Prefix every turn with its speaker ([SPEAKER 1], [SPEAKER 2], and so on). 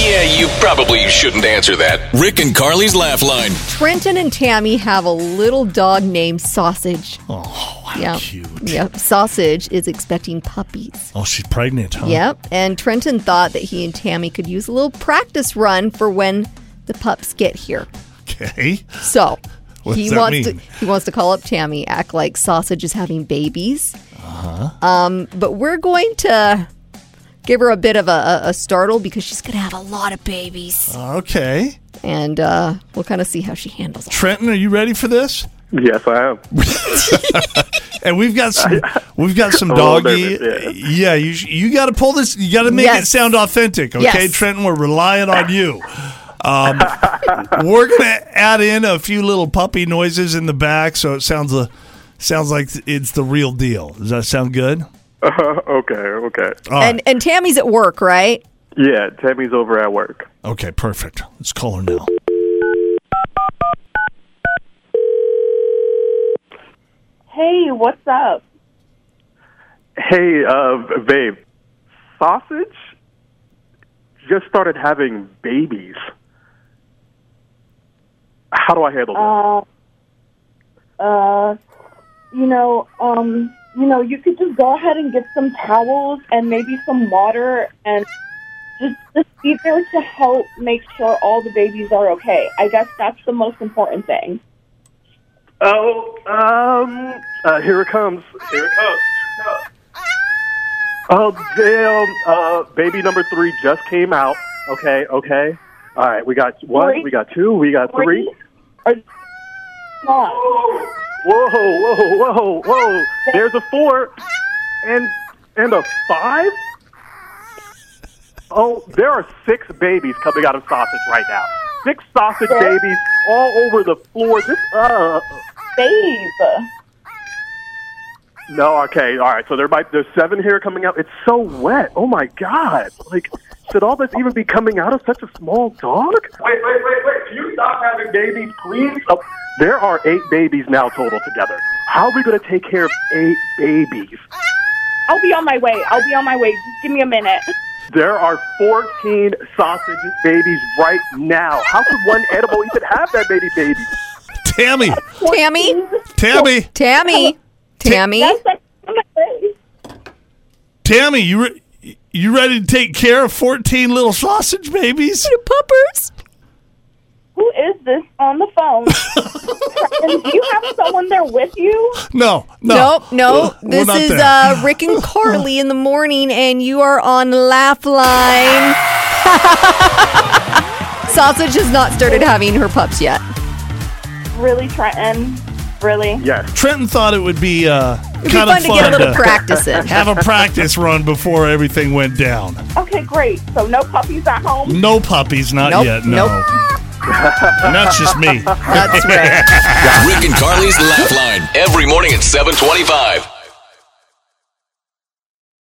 [SPEAKER 1] Yeah, you probably shouldn't answer that.
[SPEAKER 2] Rick and Carly's Laugh Line.
[SPEAKER 3] Trenton and Tammy have a little dog named Sausage.
[SPEAKER 4] Oh, how
[SPEAKER 3] Yeah.
[SPEAKER 4] cute.
[SPEAKER 3] Yep. Sausage is expecting puppies.
[SPEAKER 4] Oh, she's pregnant, huh?
[SPEAKER 3] Yep. And Trenton thought that he and Tammy could use a little practice run for when the pups get here.
[SPEAKER 4] Okay.
[SPEAKER 3] So
[SPEAKER 4] What
[SPEAKER 3] he
[SPEAKER 4] does that
[SPEAKER 3] wants
[SPEAKER 4] mean?
[SPEAKER 3] to he wants to call up Tammy, act like sausage is having babies. Um, but we're going to give her a bit of a, a, a startle because she's going to have a lot of babies,
[SPEAKER 4] Uh. Okay.
[SPEAKER 3] and uh, we'll kind of see how she handles it.
[SPEAKER 4] Trenton, are you ready for this?
[SPEAKER 5] Yes, I am.
[SPEAKER 4] And we've got some, we've got some
[SPEAKER 5] I'm a little
[SPEAKER 4] doggy.
[SPEAKER 5] nervous,
[SPEAKER 4] yeah. you sh- you got to pull this. You got to make it
[SPEAKER 3] Yes.
[SPEAKER 4] sound authentic. Okay,
[SPEAKER 3] Yes.
[SPEAKER 4] Trenton, we're relying on you. Um, we're gonna add in a few little puppy noises in the back, so it sounds a sounds like it's the real deal. Does that sound good?
[SPEAKER 5] okay, okay.
[SPEAKER 3] And and Tammy's at work, right?
[SPEAKER 5] Yeah, Tammy's over at work.
[SPEAKER 4] Okay, perfect. Let's call her now.
[SPEAKER 6] Hey, what's up?
[SPEAKER 5] Hey, uh, babe, sausage just started having babies. How do I handle this?
[SPEAKER 6] Uh, uh, you know, um, you know, you could just go ahead and get some towels and maybe some water and just just be there to help make sure all the babies are okay. I guess that's the most important thing.
[SPEAKER 5] Oh, um, uh, here it comes. Here it comes. Oh damn! Uh, baby number three just came out. Okay, okay. All right, we got one,
[SPEAKER 6] Three.
[SPEAKER 5] we got two, we got three.
[SPEAKER 6] Or, come on.
[SPEAKER 5] Whoa, whoa, whoa, whoa! There's a four, and and a five. Oh, there are six babies coming out of sausage right now. Six sausage babies all over the floor. This uh,
[SPEAKER 6] Babe.
[SPEAKER 5] No, okay, all right. So there might there's seven here coming out. It's so wet. Oh my god! Like, should all this even be coming out of such a small dog? Wait, wait, wait, wait! Can you stop having babies, please? Oh, there are eight babies now total together. How are we going to take care of eight babies?
[SPEAKER 6] I'll be on my way. I'll be on my way. Just give me a minute.
[SPEAKER 5] There are fourteen sausage babies right now. How could one animal even have that many babies?
[SPEAKER 4] Tammy,
[SPEAKER 3] Tammy,
[SPEAKER 4] Tammy,
[SPEAKER 3] Tammy, Tammy.
[SPEAKER 6] Yes, I'm on my way.
[SPEAKER 4] Tammy, you re- you ready to take care of fourteen little sausage babies?
[SPEAKER 3] Puppers.
[SPEAKER 6] Who is this on the phone? And do you have someone there with you?
[SPEAKER 4] No, no,
[SPEAKER 3] No, no.
[SPEAKER 4] We're
[SPEAKER 3] This
[SPEAKER 4] not
[SPEAKER 3] is
[SPEAKER 4] there.
[SPEAKER 3] uh, Rick and Carly in the morning, and you are on Laugh Line. Sausage has not started having her pups yet.
[SPEAKER 6] Really, Trenton? Really?
[SPEAKER 5] Yes.
[SPEAKER 4] Trenton thought it would be uh,
[SPEAKER 3] It'd
[SPEAKER 4] kind
[SPEAKER 3] be fun
[SPEAKER 4] of
[SPEAKER 3] to get a little
[SPEAKER 4] to
[SPEAKER 3] practice in.
[SPEAKER 4] have a practice run before everything went down.
[SPEAKER 6] Okay, great. So no puppies at home.
[SPEAKER 4] No puppies, not
[SPEAKER 3] Nope,
[SPEAKER 4] yet. No,
[SPEAKER 3] nope.
[SPEAKER 4] and that's just me.
[SPEAKER 3] That's right.
[SPEAKER 2] Rick and Carly's Laugh Line. Every morning at 725.